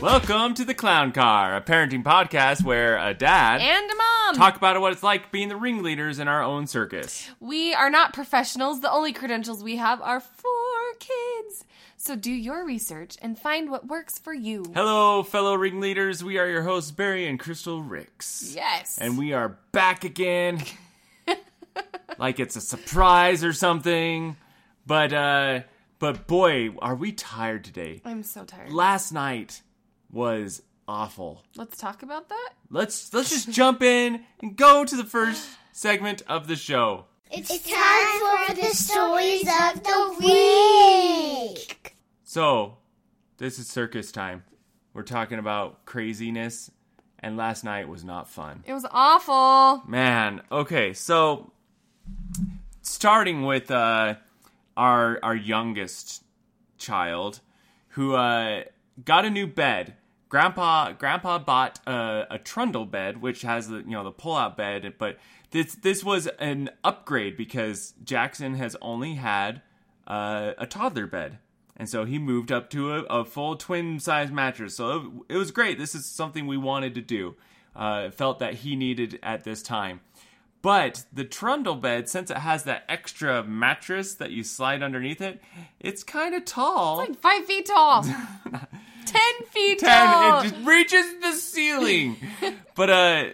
Welcome to the Clown Car, a parenting podcast where a dad and a mom. talk about what it's like being the ringleaders in our own circus. we are not professionals. The only credentials we have are for kids. So do your research and find what works for you. Hello, fellow ringleaders. We are your hosts, Barry and Crystal Ricks. Yes. And we are back again. like it's a surprise or something. But uh but boy, are we tired today. I'm so tired. Last night was awful. Let's talk about that. Let's let's just jump in and go to the first segment of the show. It's, time for the stories of the week. So, this is circus time. We're talking about craziness, and last night was not fun. It was awful. Man, okay, so starting with uh, our our youngest child, who uh, got a new bed. Grandpa Grandpa bought a, a trundle bed, which has the you know the pull out bed, but this this was an upgrade because Jackson has only had uh, a toddler bed, and so he moved up to a, a full twin size mattress. So it, it was great. This is something we wanted to do. Uh, felt that he needed at this time. But the trundle bed, since it has that extra mattress that you slide underneath it, it's kind of tall. Like five feet tall. Ten feet tall. Ten, it just reaches the ceiling. but uh,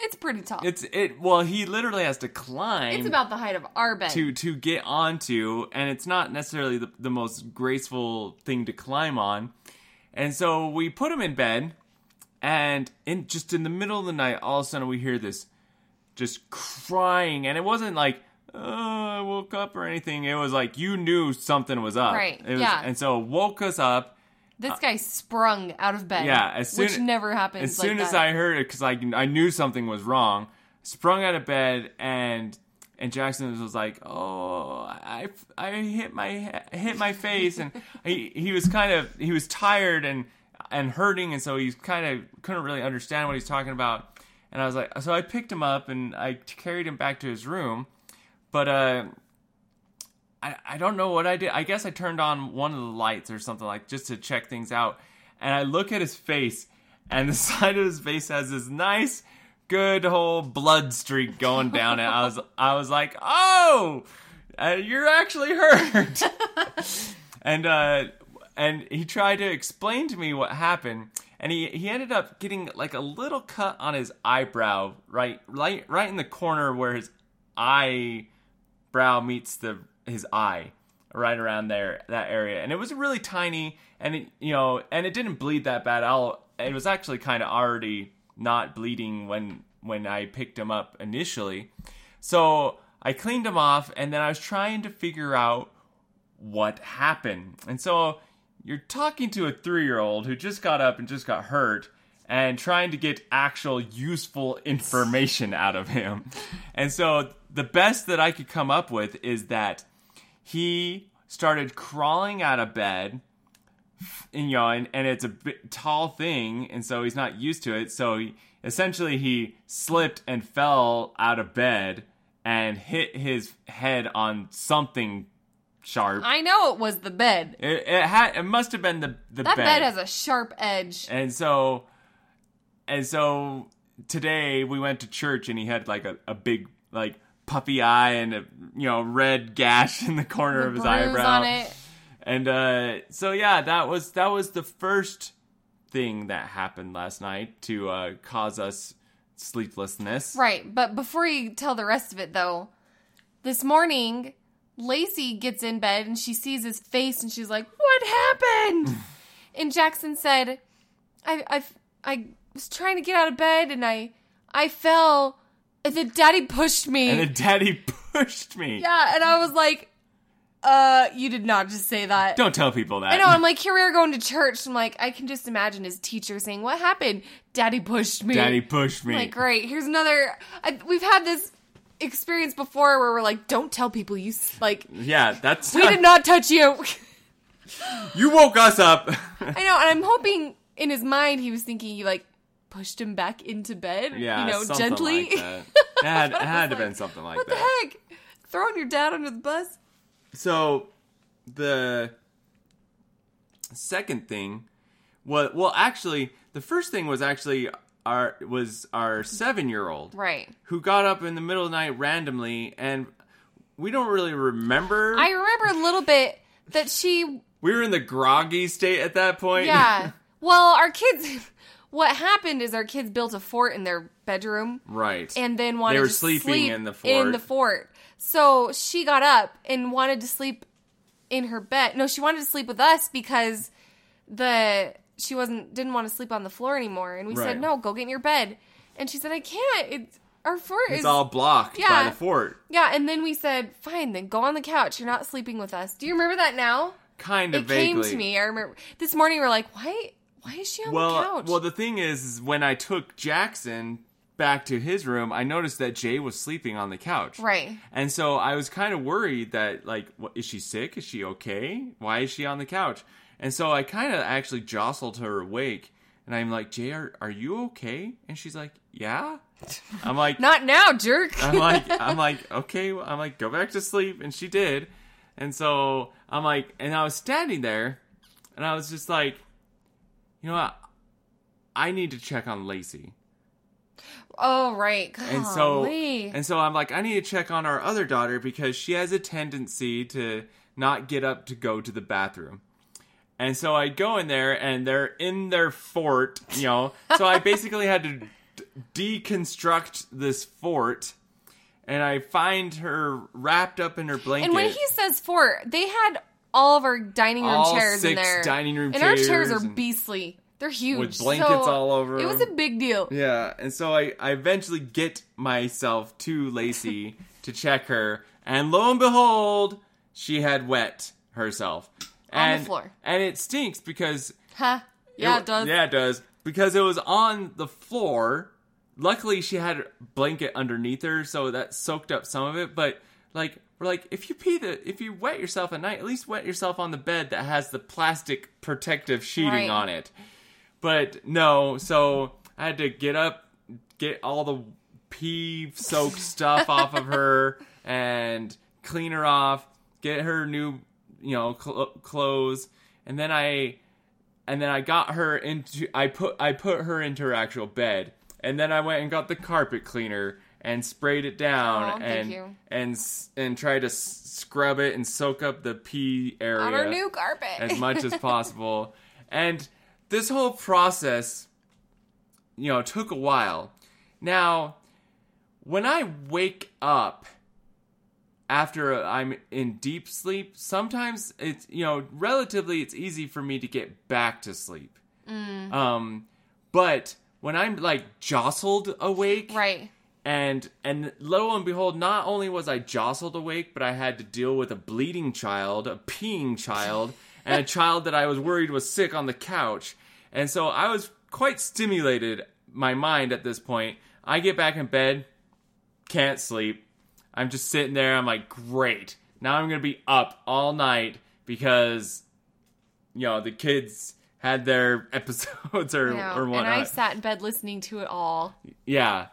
it's pretty tall. It's, it's it. Well, he literally has to climb about the height of our bed. to to get onto, and it's not necessarily the, the most graceful thing to climb on. And so we put him in bed, and in just in the middle of the night, all of a sudden we hear this just crying, and it wasn't like oh, I woke up or anything. It was like you knew something was up, Right, It was, yeah. And so it woke us up. This guy sprung out of bed. Yeah, as soon which never happens. As like soon as that. I heard it, because I I knew something was wrong, sprung out of bed and and Jackson was like, "Oh, I, I hit my he- hit my face," and he he was kind of he was tired and and hurting, and so he kind of couldn't really understand what he's talking about. And I was like, so I picked him up and I carried him back to his room, but uh. I, I don't know what I did. I guess I turned on one of the lights or something like just to check things out. And I look at his face, and the side of his face has this nice, good whole blood streak going down. and I was I was like, oh, uh, you're actually hurt. and uh, and he tried to explain to me what happened. And he, he ended up getting like a little cut on his eyebrow, right right right in the corner where his eye brow meets the his eye right around there that area and it was really tiny and it you know and it didn't bleed that bad I'll, it was actually kind of already not bleeding when when i picked him up initially so i cleaned him off and then i was trying to figure out what happened and so you're talking to a three-year-old who just got up and just got hurt and trying to get actual useful information out of him and so the best that i could come up with is that he started crawling out of bed and, you know and, and it's a bit tall thing and so he's not used to it so he, essentially he slipped and fell out of bed and hit his head on something sharp I know it was the bed. it, it had it must have been the the That bed has a sharp edge. and so and so today we went to church and he had like a, a big like puppy eye and a you know red gash in the corner of his bruise eyebrow on it. and uh so yeah that was that was the first thing that happened last night to uh cause us sleeplessness Right, but before you tell the rest of it though, this morning Lacey gets in bed and she sees his face and she's like, "What happened?" and Jackson said, "I I I was trying to get out of bed and I I fell and then daddy pushed me." and then daddy pushed me yeah, and I was like, "Uh, you did not just say that." don't tell people that I know. I'm like, here we are going to church. I'm like, I can just imagine his teacher saying, "What happened? Daddy pushed me." daddy pushed me I'm Like, great. Here's another. I, we've had this experience before where we're like, don't tell people you s- like. yeah that's We did not touch you. you woke us up I know, and I'm hoping in his mind he was thinking you like pushed him back into bed. Yeah, you know, something gently. Like that. It had, it had to have been something like what that. the heck? Throwing your dad under the bus? So the second thing was well actually the first thing was actually our was our seven year old Right. who got up in the middle of the night randomly and we don't really remember I remember a little bit that she we were in the groggy state at that point Yeah. Well, our kids what happened is our kids built a fort in their bedroom right and then wanted were to sleeping sleep in the in fort. the fort. So she got up and wanted to sleep in her bed. No, she wanted to sleep with us because the she wasn't didn't want to sleep on the floor anymore. And we Right. said, "No, go get in your bed." And she said, "I can't. It's our fort it's is all blocked yeah. by the fort yeah." And then we said, "Fine, then go on the couch. You're not sleeping with us." Do you remember that now? kind of It vaguely came to me. I remember this morning. We're like, "Why? Why is she on well uh, the couch?" well the thing is, is when I took Jackson back to his room I noticed that Jay was sleeping on the couch right. And so I was kind of worried that, like, what, is she sick? Is she okay? Why is she on the couch? And so I kind of actually jostled her awake. And I'm like, Jay, are, are you okay? And she's like, yeah. I'm like, Not now, jerk. I'm like, I'm like, okay. I'm like, go back to sleep. And she did. And so I'm like, and I was standing there and I was just like, you know what? I need to check on Lacey. oh, right. And so Golly. and so I'm like, I need to check on our other daughter because she has a tendency to not get up to go to the bathroom. And so I go in there and they're in their fort, you know. so I basically had to d- deconstruct this fort and I find her wrapped up in her blanket. And when he says fort, they had all of our dining room All chairs in six there. dining room and our chairs chairs are and- beastly. They're huge. With blankets so all over It was a 'em. big deal. Yeah, and so I, I eventually get myself to Lacey to check her, and lo and behold, she had wet herself On the and, floor. and it stinks because Huh. Yeah, it, wa- does. yeah it does because it was on the floor. Luckily, she had a blanket underneath her, so that soaked up some of it. But like we're like, if you pee the if you wet yourself at night, at least wet yourself on the bed that has the plastic protective sheeting Right. on it. But no, so I had to get up, get all the pee soaked stuff off of her, and clean her off, get her new, you know, cl- clothes, and then I, and then I got her into, I put, I put her into her actual bed, and then I went and got the carpet cleaner and sprayed it down Oh, thank and you. and s- and tried to s- scrub it and soak up the pee area On our new carpet. as much as possible. And this whole process, you know, took a while. Now, when I wake up after I'm in deep sleep, sometimes it's, you know, relatively it's easy for me to get back to sleep. Um, but when I'm like jostled awake, right. and and lo and behold, not only was I jostled awake, but I had to deal with a bleeding child, a peeing child, and a child that I was worried was sick on the couch. And so I was quite stimulated my mind at this point. I get back in bed, can't sleep. I'm just sitting there. I'm like, great. Now I'm gonna be up all night because you know the kids had their episodes or Yeah. or and whatnot. I sat in bed listening to it all. Yeah.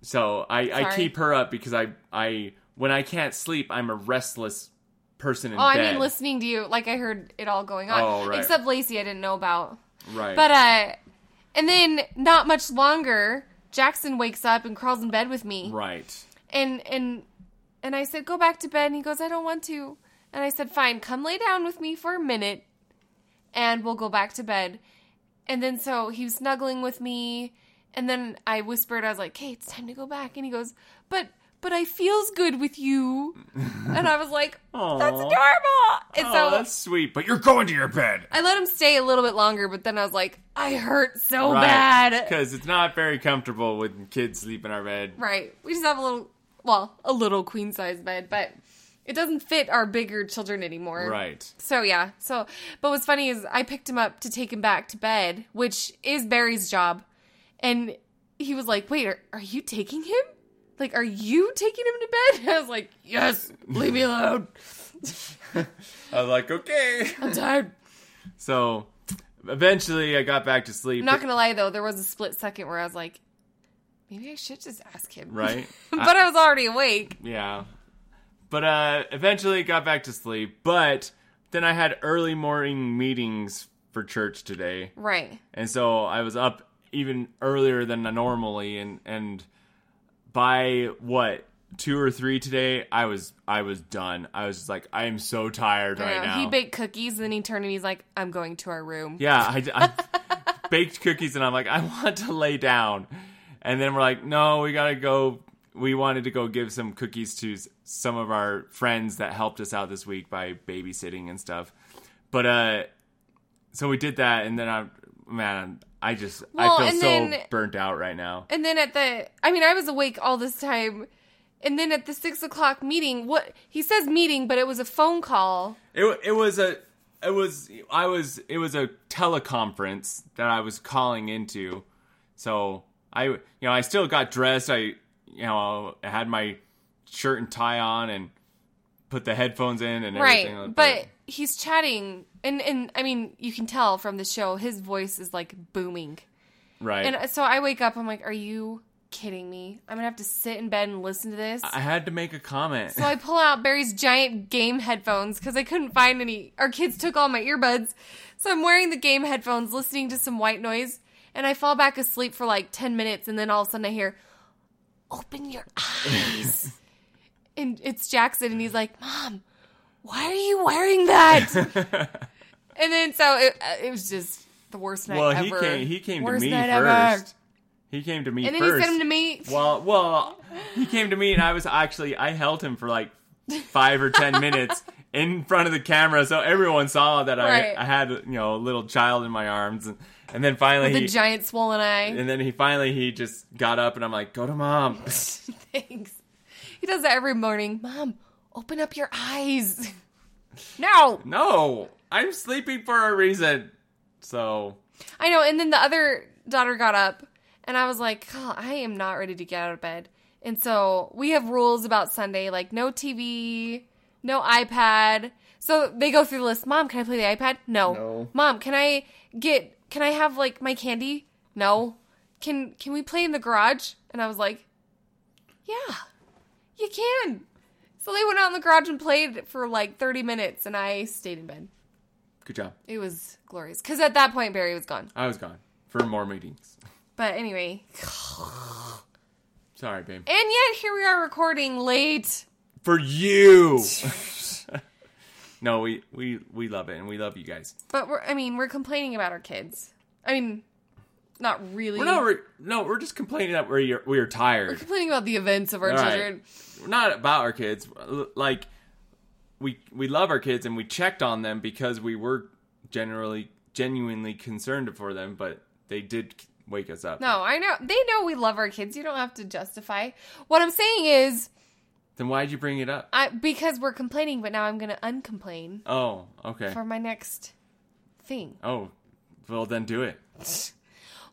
So I, I Sorry. keep her up because I I when I can't sleep I'm a restless person in Oh, I bed. mean, listening to you, like I heard it all going on. Oh, right. Except Lacey, I didn't know about. Right. But uh and then not much longer, Jackson wakes up and crawls in bed with me. right. And and and I said, "Go back to bed." And he goes, "I don't want to." And I said, "Fine, come lay down with me for a minute and we'll go back to bed." And then so he was snuggling with me, and then I whispered, I was like, "Hey, it's time to go back." And he goes, "But but I feels good with you." and I was like, Aw. "That's adorable." And oh, so that's sweet. But you're going to your bed. I let him stay a little bit longer, but then I was like, I hurt so bad. Because it's not very comfortable when kids sleep in our bed. Right. We just have a little, well, a little queen size bed, but it doesn't fit our bigger children anymore. Right. So, yeah. So, but what's funny is I picked him up to take him back to bed, which is Barry's job. And he was like, Wait, are, are you taking him? Like, are you taking him to bed? I was like, Yes, leave me alone. I was like, okay. I'm tired. so eventually I got back to sleep. I'm not gonna lie though, there was a split second where I was like, maybe I should just ask him, Right. but I was already awake. Yeah. But uh eventually got back to sleep, but then I had early morning meetings for church today. Right. And so I was up even earlier than normally and and by what two or three today I was I was done. I was just like I am so tired I right know. now. He baked cookies and then he turned and he's like, I'm going to our room. yeah, I, I baked cookies and I'm like I want to lay down. And then we're like no, we got to go we wanted to go give some cookies to s- some of our friends that helped us out this week by babysitting and stuff. But uh so we did that and then I man I just Well, I feel and so then- burnt out right now. And then at the, I mean, I was awake all this time. And then at the six o'clock meeting, what he says meeting, but it was a phone call. It it was a it was I was it was a teleconference that I was calling into. So I you know I still got dressed. I you know I had my shirt and tie on and put the headphones in and everything. right. But he's chatting. And, and I mean, you can tell from the show, his voice is like booming. right. And so I wake up, I'm like, are you kidding me? I'm going to have to sit in bed and listen to this. I had to make a comment. So I pull out Barry's giant game headphones because I couldn't find any. Our kids took all my earbuds. So I'm wearing the game headphones, listening to some white noise, and I fall back asleep for like 10 minutes, and then all of a sudden I hear, Open your eyes. and it's Jackson, and he's like, Mom, why are you wearing that? and then so it, uh, it was just the worst night well, ever. he came he came to Worst me night first. ever. He came to me And then first. he sent him to me. Well, well, he came to me and I was actually I held him for like five or ten minutes in front of the camera, so everyone saw that Right. I I had you know a little child in my arms, and, and then finally the he, giant swollen eye. and then he finally he just got up and I'm like, go to mom. Thanks. He does that every morning. Mom, open up your eyes. no. no, I'm sleeping for a reason. So I know. And then the other daughter got up, and I was like, "Oh, I am not ready to get out of bed. And so we have rules about Sunday, like no TV, no iPad. So they go through the list. Mom, can I play the iPad? No. No. Mom, can I get? Can I have like my candy? No. Can Can we play in the garage? And I was like, Yeah, you can. So they went out in the garage and played for like 30 minutes, and I stayed in bed. good job. It was glorious. Because at that point, Barry was gone. I was gone for more meetings. But anyway, Sorry, babe. and yet here we are recording late. For you. no, we we we love it and we love you guys. But we're, I mean, we're complaining about our kids. I mean, not really. We're not. Re- no, we're just complaining that we're we are tired. complaining about the events of our All right. children. We're not about our kids. Like we we love our kids and we checked on them because we were generally genuinely concerned for them, but they did wake us up. No, I know. They know we love our kids. You don't have to justify. What I'm saying is, Then why'd you bring it up? I because we're complaining, but now I'm going to uncomplain Oh, okay. for my next thing. Oh, well then do it.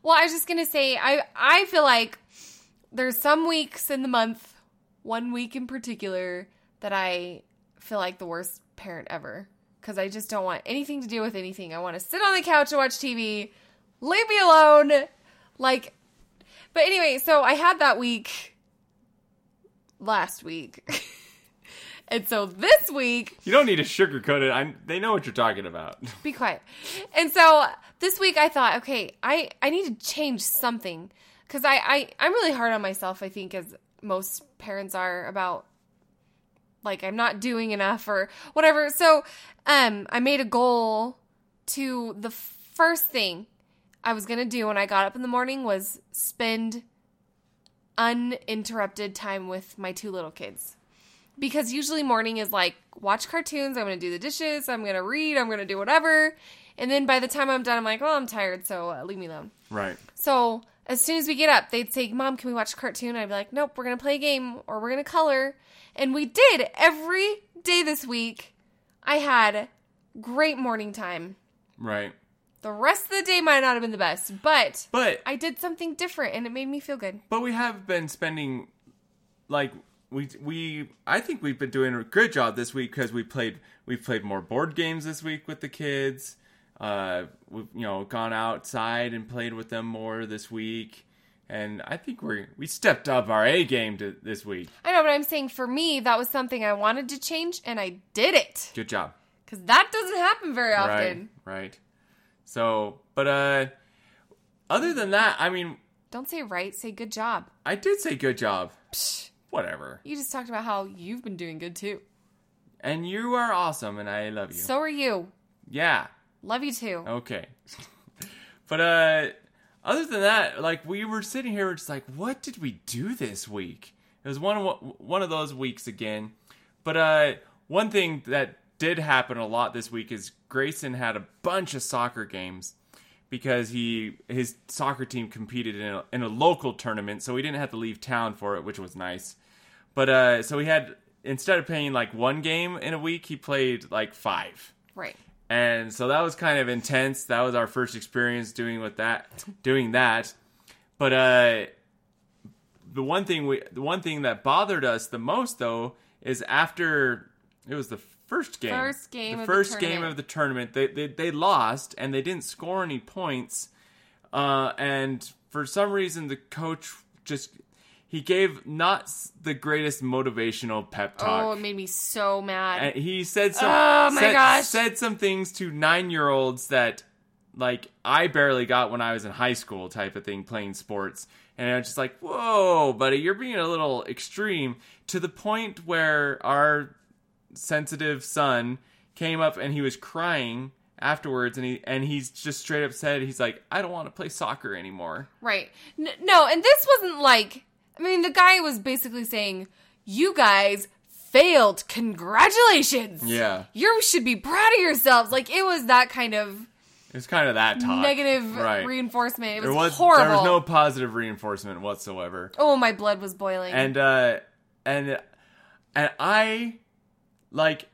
Well, I was just gonna say, I I feel like there's some weeks in the month, one week in particular, that I feel like the worst parent ever because I just don't want anything to do with anything. I want to sit on the couch and watch TV. Leave me alone. Like, but anyway, so I had that week last week, and so this week You don't need to sugarcoat it. I they know what you're talking about. be quiet. And so this week I thought, okay, I I need to change something because I, I I'm really hard on myself. I think as most parents are about like I'm not doing enough or whatever. So um, I made a goal to the first thing I was gonna do when I got up in the morning was spend uninterrupted time with my two little kids because usually morning is like watch cartoons i'm gonna do the dishes i'm gonna read i'm gonna do whatever and then by the time i'm done i'm like well i'm tired so uh, leave me alone Right. so as soon as we get up they'd say mom can we watch a cartoon i'd be like nope we're gonna play a game or we're gonna color and we did every day this week i had great morning time Right. the rest of the day might not have been the best but But i did something different and it made me feel good But we have been spending, like we we I think we've been doing a good job this week because we played we played more board games this week with the kids. Uh, we've you know gone outside and played with them more this week, and I think we we stepped up our A game to, this week. i know but i'm saying for me that was something i wanted to change and i did it Good job, Because that doesn't happen very often. right? Right. So, but uh, other than that, I mean, Don't say right, say good job. I did say good job. Whatever. You just talked about how you've been doing good too. And you are awesome, and I love you. So are you. yeah. Love you too. Okay. but uh other than that, like we were sitting here, we're just like, what did we do this week? It was one of one of those weeks again. But uh one thing that did happen a lot this week is Grayson had a bunch of soccer games because he his soccer team competed in a, in a local tournament, so he didn't have to leave town for it, which was nice. But uh so he had instead of playing like one game in a week, he played like five Right. and so that was kind of intense that was our first experience doing with that doing that but uh the one thing we the one thing that bothered us the most though is after it was the first game First game the of the first game tournament. of the tournament they, they they lost and they didn't score any points uh and for some reason the coach just he gave not s- the greatest motivational pep talk Oh, it made me so mad. and Uh, he said some Oh my said, gosh. said some things to nine year olds that like I barely got when I was in high school type of thing playing sports and I was just like whoa buddy you're being a little extreme to the point where our sensitive son came up and he was crying afterwards and he and he's just straight up said he's like I don't want to play soccer anymore Right. N- no, and this wasn't like, I mean, the guy was basically saying, you guys failed. Congratulations. Yeah. You should be proud of yourselves. Like, it was that kind of it was kind of that talk negative right reinforcement. It was, there was horrible. there was no positive reinforcement whatsoever oh, my blood was boiling. and uh and and i like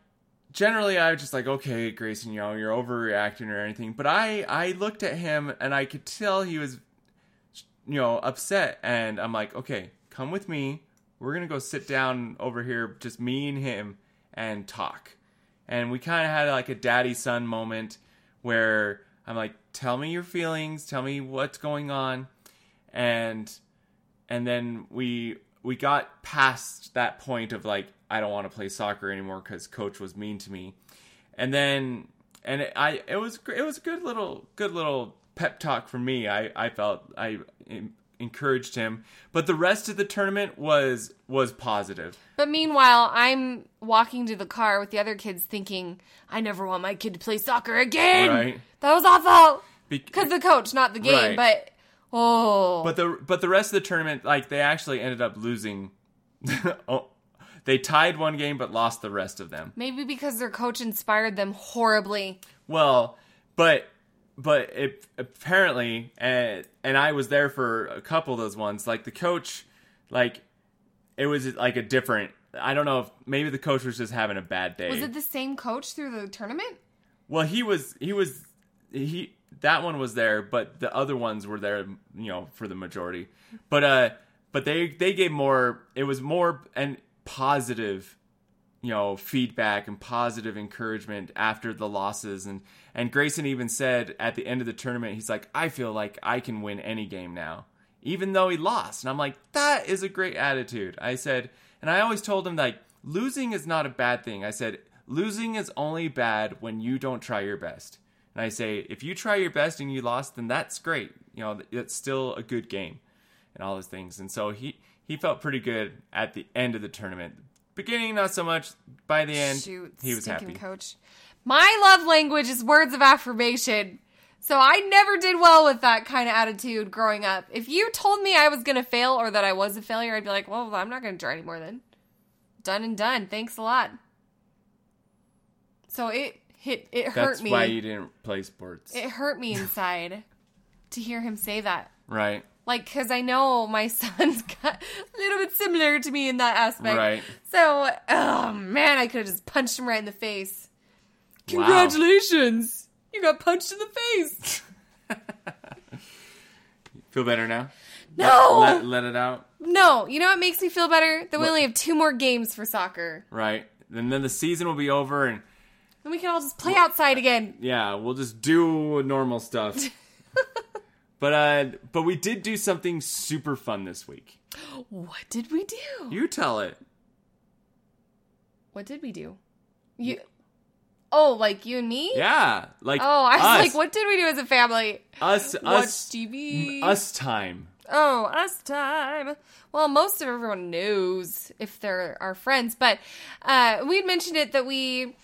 generally i was just like okay grayson you know you're overreacting or anything but i i looked at him and i could tell he was you know upset and i'm like okay come with me we're gonna go sit down over here just me and him and talk and we kind of had like a daddy son moment where i'm like tell me your feelings tell me what's going on and and then we we got past that point of like I don't want to play soccer anymore because coach was mean to me, and then and it, I it was gr- it was a good little good little pep talk for me. I I felt I en- encouraged him, but the rest of the tournament was was positive. but meanwhile, I'm walking to the car with the other kids thinking, I never want my kid to play soccer again. Right. That was awful. Be- Because the coach, not the Right. game, but oh. But the but the rest of the tournament, like they actually ended up losing. oh, they tied one game but lost the rest of them. Maybe because their coach inspired them horribly. Well, but but it apparently and and I was there for a couple of those ones. Like the coach, like it was like a different. I don't know if maybe the coach was just having a bad day. Was it the same coach through the tournament? well, he was he was he that one was there, but the other ones were there, you know, for the majority. But uh but they they gave more it was more and positive you know feedback and positive encouragement after the losses and and Grayson even said at the end of the tournament he's like I feel like I can win any game now even though he lost and I'm like that is a great attitude I said and I always told him like losing is not a bad thing I said losing is only bad when you don't try your best and I say if you try your best and you lost then that's great you know it's still a good game and all those things. And so he he felt pretty good at the end of the tournament. Beginning not so much. By the end, Shoot, he was stinking happy. coach. My love language is words of affirmation. So I never did well with that kind of attitude growing up. If you told me I was going to fail or that I was a failure, I'd be like, well, I'm not going to try anymore then. Done and done. Thanks a lot. So it hit, it hurt That's me. why you didn't play sports, it hurt me inside to hear him say that. right? like because i know my son's got a little bit similar to me in that aspect Right. so oh man i could have just punched him right in the face Wow. congratulations you got punched in the face Feel better now? no Let, let it out, no you know what makes me feel better that we only have two more games for soccer right? And then the season will be over, and and we can all just play outside again yeah, we'll just do normal stuff. but uh, but we did do something super fun this week. what did we do You tell it. what did we do you Oh, like you and me? Yeah, like Oh, I was us, like, what did we do as a family? us Watch us TV. us time. Oh, us time. Well, most of everyone knows if they're our friends, but uh, we had mentioned it that we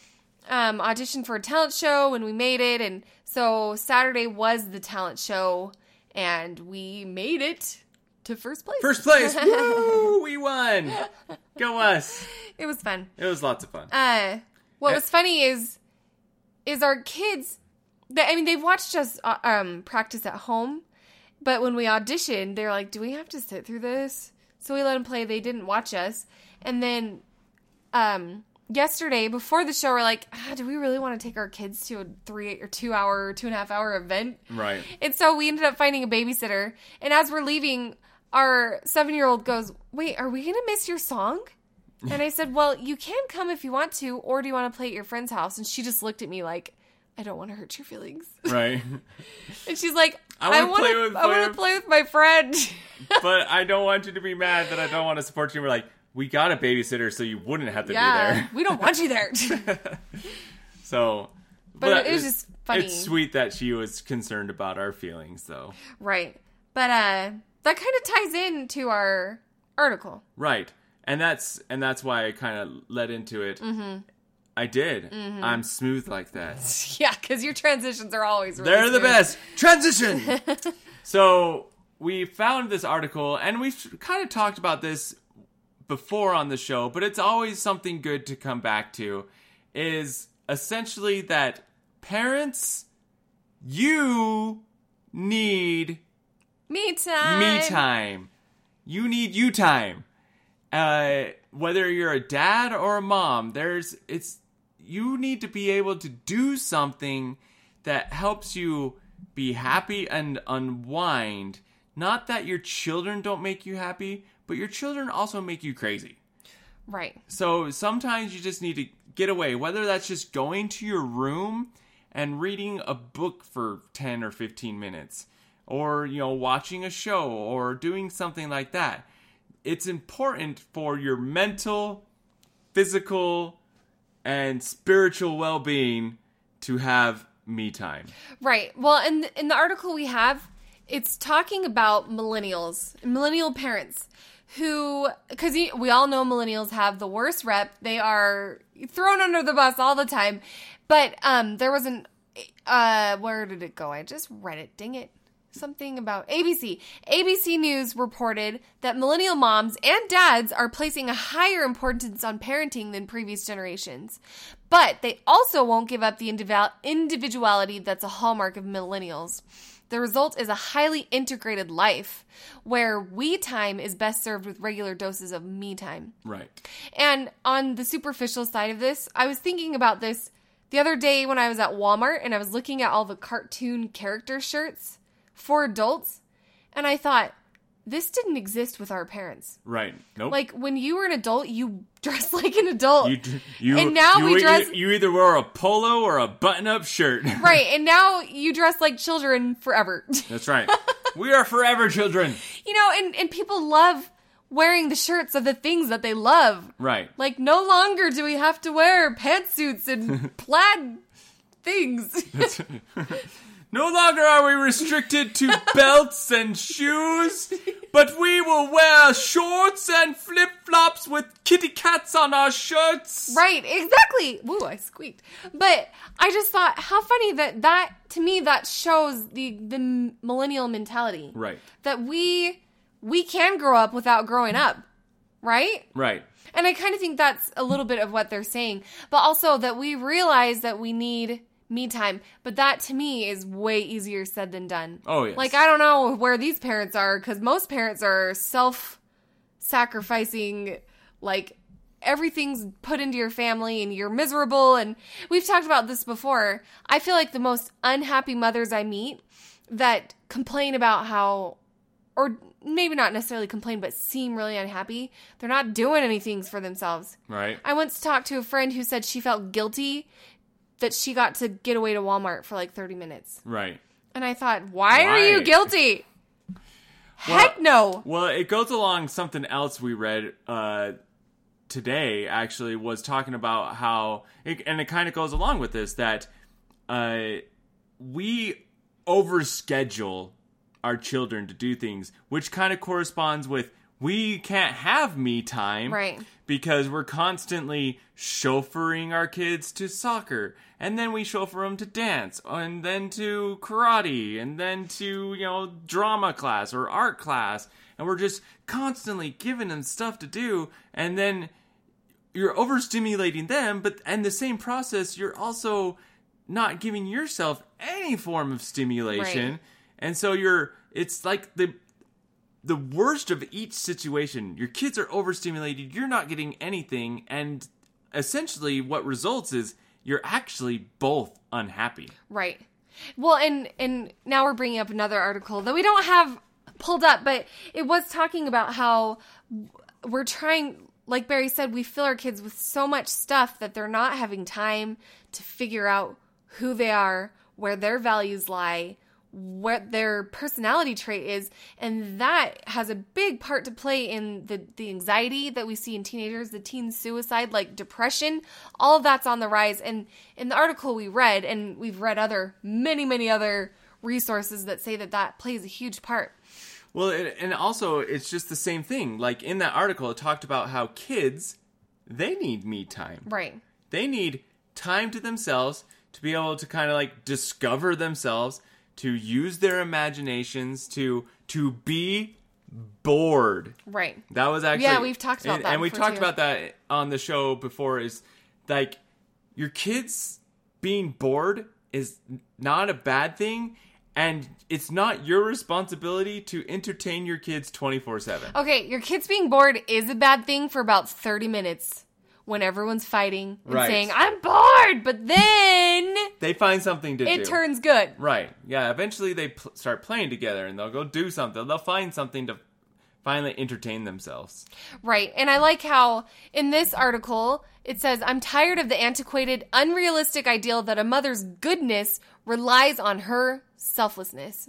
um, auditioned for a talent show and we made it, and so Saturday was the talent show, and we made it to first place. First place, woo! We won. Go us! It was fun. It was lots of fun. Uh, what Eh. was funny is, is our kids. They, I mean, they've watched us uh, um, practice at home, but when we auditioned, they're like, "Do we have to sit through this?" So we let them play. They didn't watch us, and then, um, yesterday before the show, we're like, ah, "Do we really want to take our kids to a three or two hour, two and a half hour event?" Right. And so we ended up finding a babysitter. And as we're leaving, our seven year old goes, Wait, are we going to miss your song? And I said, Well, you can come if you want to, or do you want to play at your friend's house? And she just looked at me like, I don't want to hurt your feelings. Right. And she's like, I I wanna want play with to I my- want to play with my friend. but I don't want you to be mad that I don't want to support you. We're like, we got a babysitter, so you wouldn't have to be yeah, there. we don't want you there. So, But it was just funny. It's sweet that she was concerned about our feelings, though. right. But uh, that kind of ties into our article. Right, and that's and that's why I kind of led into it. Mm-hmm. I did. Mm-hmm. I'm smooth like that. Yeah, because your transitions are always really They're the smooth. best. Transition. so we found this article, and we've kind of talked about this before on the show, but it's always something good to come back to. Is essentially that parents, you need Me time. me time. You need you time. Uh, whether you're a dad or a mom, there's it's you need to be able to do something that helps you be happy and unwind. Not that your children don't make you happy, but your children also make you crazy. Right. So sometimes you just need to get away, whether that's just going to your room and reading a book for 10 or 15 minutes, or, you know, watching a show or doing something like that. It's important for your mental, physical, and spiritual well being to have me time. Right. Well, in in the article we have, it's talking about millennials, millennial parents who cuz we all know millennials have the worst rep. They are thrown under the bus all the time. But um there was an uh where did it go? I just read it. Dang it. Something about ABC. ABC News reported that millennial moms and dads are placing a higher importance on parenting than previous generations, but they also won't give up the individual- individuality that's a hallmark of millennials. The result is a highly integrated life where we time is best served with regular doses of me time. Right. And on the superficial side of this, I was thinking about this the other day when I was at Walmart and I was looking at all the cartoon character shirts for adults. And I thought, this didn't exist with our parents. Right. Nope. Like when you were an adult, you dressed like an adult. you, dr- you, and now you we e- dress You either wore a polo or a button up shirt. right, and now you dress like children forever. That's right. we are forever children. you know, and and people love wearing the shirts of the things that they love. Right. Like no longer do we have to wear pantsuits and plaid things. No longer are we restricted to belts and shoes, but we will wear shorts and flip flops with kitty cats on our shirts. Right, exactly. Woo, I squeaked. But I just thought how funny that that to me that shows the the millennial mentality. Right. That we we can grow up without growing up. Right? Right. And I kind of think that's a little bit of what they're saying, but also that we realize that we need me time. But that to me is way easier said than done. Oh, yes. Like I don't know where these parents are because most parents are self-sacrificing, like everything's put into your family and you're miserable. And we've talked about this before. I feel like the most unhappy mothers I meet that complain about how or maybe not necessarily complain, but seem really unhappy. They're not doing anything for themselves. Right. I once talked to a friend who said she felt guilty that she got to get away to Walmart for like 30 minutes. Right. And I thought, why, are Why? you guilty? Well- Heck no. Well, it goes along something else we read uh, today actually was talking about how, it, and it kind of goes along with this that uh, we overschedule our children to do things, which kind of corresponds with we can't have me time, Right. Because we're constantly chauffeuring our kids to soccer, and then we chauffeur them to dance, and then to karate, and then to you know drama class or art class, and we're just constantly giving them stuff to do, and then you're overstimulating them, but and the same process, you're also not giving yourself any form of stimulation, Right. and so you're it's like the the worst of each situation. Your kids are overstimulated, you're not getting anything, and essentially what results is you're actually both unhappy. Right. Well, and and now we're bringing up another article that we don't have pulled up, but it was talking about how we're trying like Barry said we fill our kids with so much stuff that they're not having time to figure out who they are, where their values lie, what their personality trait is, and that has a big part to play in the the anxiety that we see in teenagers, the teen suicide, like depression, all of that's on the rise. And in the article we read, and we've read other many many other resources that say that that plays a huge part. Well, it, and also it's just the same thing. Like in that article it talked about how kids they need me time. Right. They need time to themselves to be able to kind of like discover themselves, to use their imaginations, to to be bored. Right. That was actually Yeah, we've talked about and, that and we before, talked too. about that on the show before. Is like your kids being bored is not a bad thing, and it's not your responsibility to entertain your kids twenty four seven. Okay, your kids being bored is a bad thing for about 30 minutes when everyone's fighting and Right. saying, I'm bored, but then They find something to it do. turns good. right. Yeah. Eventually, they pl- start playing together, and they'll go do something. They'll find something to finally entertain themselves. Right. And I like how in this article it says, I'm tired of the antiquated, unrealistic ideal that a mother's goodness relies on her selflessness.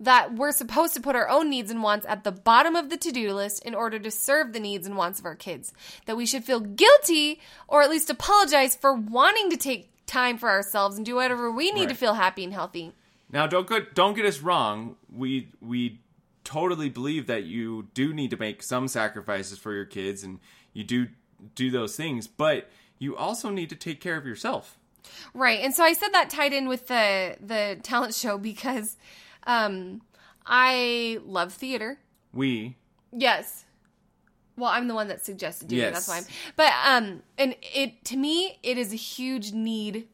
That we're supposed to put our own needs and wants at the bottom of the to do list in order to serve the needs and wants of our kids. That we should feel guilty or at least apologize for wanting to take time for ourselves and do whatever we need to Right. feel happy and healthy. Now, don't get, don't get us wrong. We we totally believe that you do need to make some sacrifices for your kids, and you do do those things, but you also need to take care of yourself. Right. And so I said that tied in with the the talent show because um I love theater. We Yes. Well, I'm the one that suggested doing it. Yes. That's why. I'm, but um and it to me it is a huge need,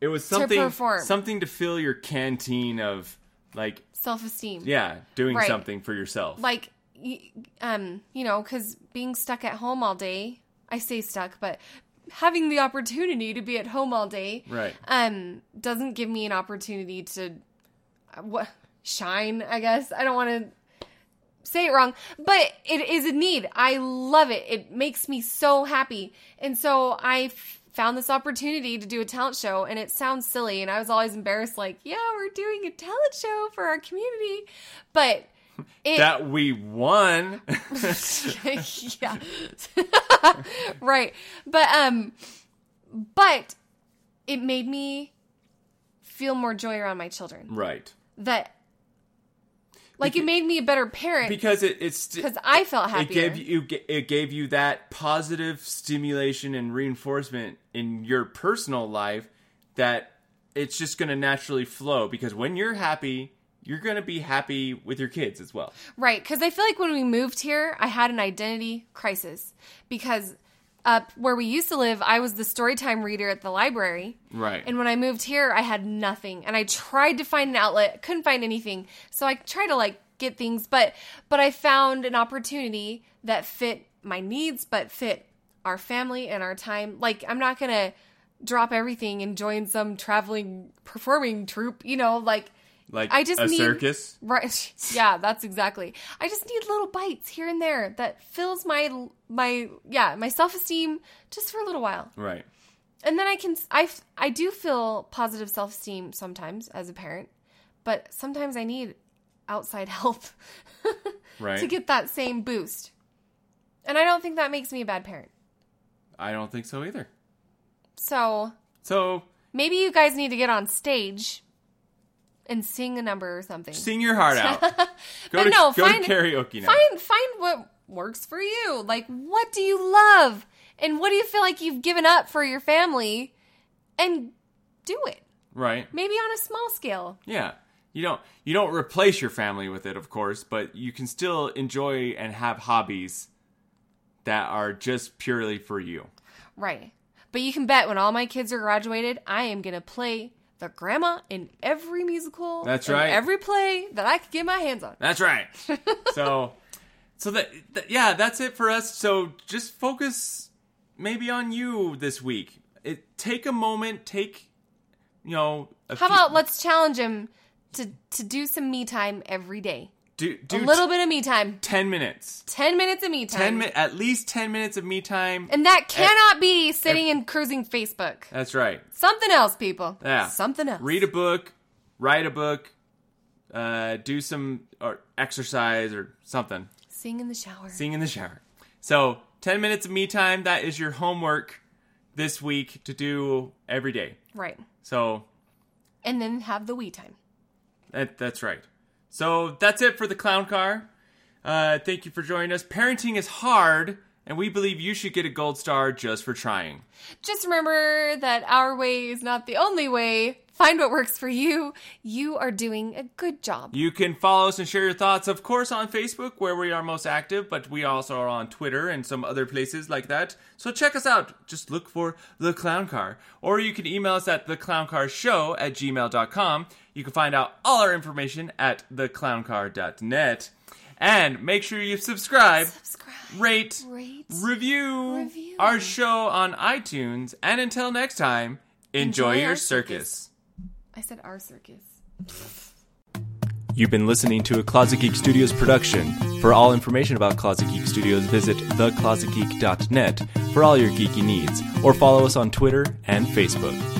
it was something perform. something to fill your canteen of like self-esteem. yeah doing Right. something for yourself. Like y- um you know cuz being stuck at home all day, I say stuck, but having the opportunity to be at home all day right. um doesn't give me an opportunity to uh, what shine i guess i don't want to say it wrong but it is a need i love it it makes me so happy and so i f- found this opportunity to do a talent show and it sounds silly and i was always embarrassed like yeah we're doing a talent show for our community but it that we won. yeah. right. But um but it made me feel more joy around my children. right. That like Beca- it made me a better parent Because it, it's because I felt it happier. gave you it gave you that positive stimulation and reinforcement in your personal life that it's just going to naturally flow because when you're happy you're going to be happy with your kids as well Right, because I feel like when we moved here, I had an identity crisis because up where we used to live, I was the storytime reader at the library. Right. And when I moved here, I had nothing, and I tried to find an outlet, couldn't find anything. So I tried to like get things, but but I found an opportunity that fit my needs, but fit our family and our time. Like I'm not gonna drop everything and join some traveling performing troupe, you know, like like I just a need- circus Right. Yeah, that's exactly. I just need little bites here and there that fills my my yeah, my self-esteem just for a little while. right And then I can I f- I do feel positive self-esteem sometimes as a parent, but sometimes I need outside help Right. to get that same boost. And I don't think that makes me a bad parent. I don't think so either. So So, maybe you guys need to get on stage and sing a number or something. sing your heart out. Go But to no, go find- to karaoke now. Find find what works for you. Like what do you love? And what do you feel like you've given up for your family? And do it. Right? Maybe on a small scale. Yeah. You don't you don't replace your family with it, of course, but you can still enjoy and have hobbies that are just purely for you. Right. But you can bet when all my kids are graduated, I am going to play the grandma in every musical. That's in right. Every play that I could get my hands on. That's right. so, so that, that yeah, that's it for us. So just focus maybe on you this week. It take a moment, take you know, a How few- about let's challenge him to to do some me time every day. do, A do little bit of me time. ten minutes, 10 minutes of me time. ten mi- at least ten minutes of me time. And that cannot be sitting and cruising Facebook. that's right. Something else, people. Yeah. Something else. Read a book, write a book, uh, do some or exercise or something. Sing in the shower. Sing in the shower. So, 10 minutes of me time, that is your homework this week to do every day. Right. So, And then have the we time. that, that's right. So, that's it for the clown car. Uh, thank you for joining us. Parenting is hard, and we believe you should get a gold star just for trying. Just remember that our way is not the only way. Find what works for you. You are doing a good job. You can follow us and share your thoughts, of course, on Facebook, where we are most active, but we also are on Twitter and some other places like that. So check us out. Just look for The Clown Car. Or you can email us at theclowncarshow at gmail.com. You can find out all our information at theclowncar.net. And make sure you subscribe, Subscribe. rate, Rate. review, Review. our show on iTunes. And until next time, enjoy, Enjoy your our circus. circus. I said our circus. You've been listening to a Closet Geek Studios production. For all information about Closet Geek Studios, visit theclosetgeek.net for all your geeky needs, or follow us on Twitter and Facebook.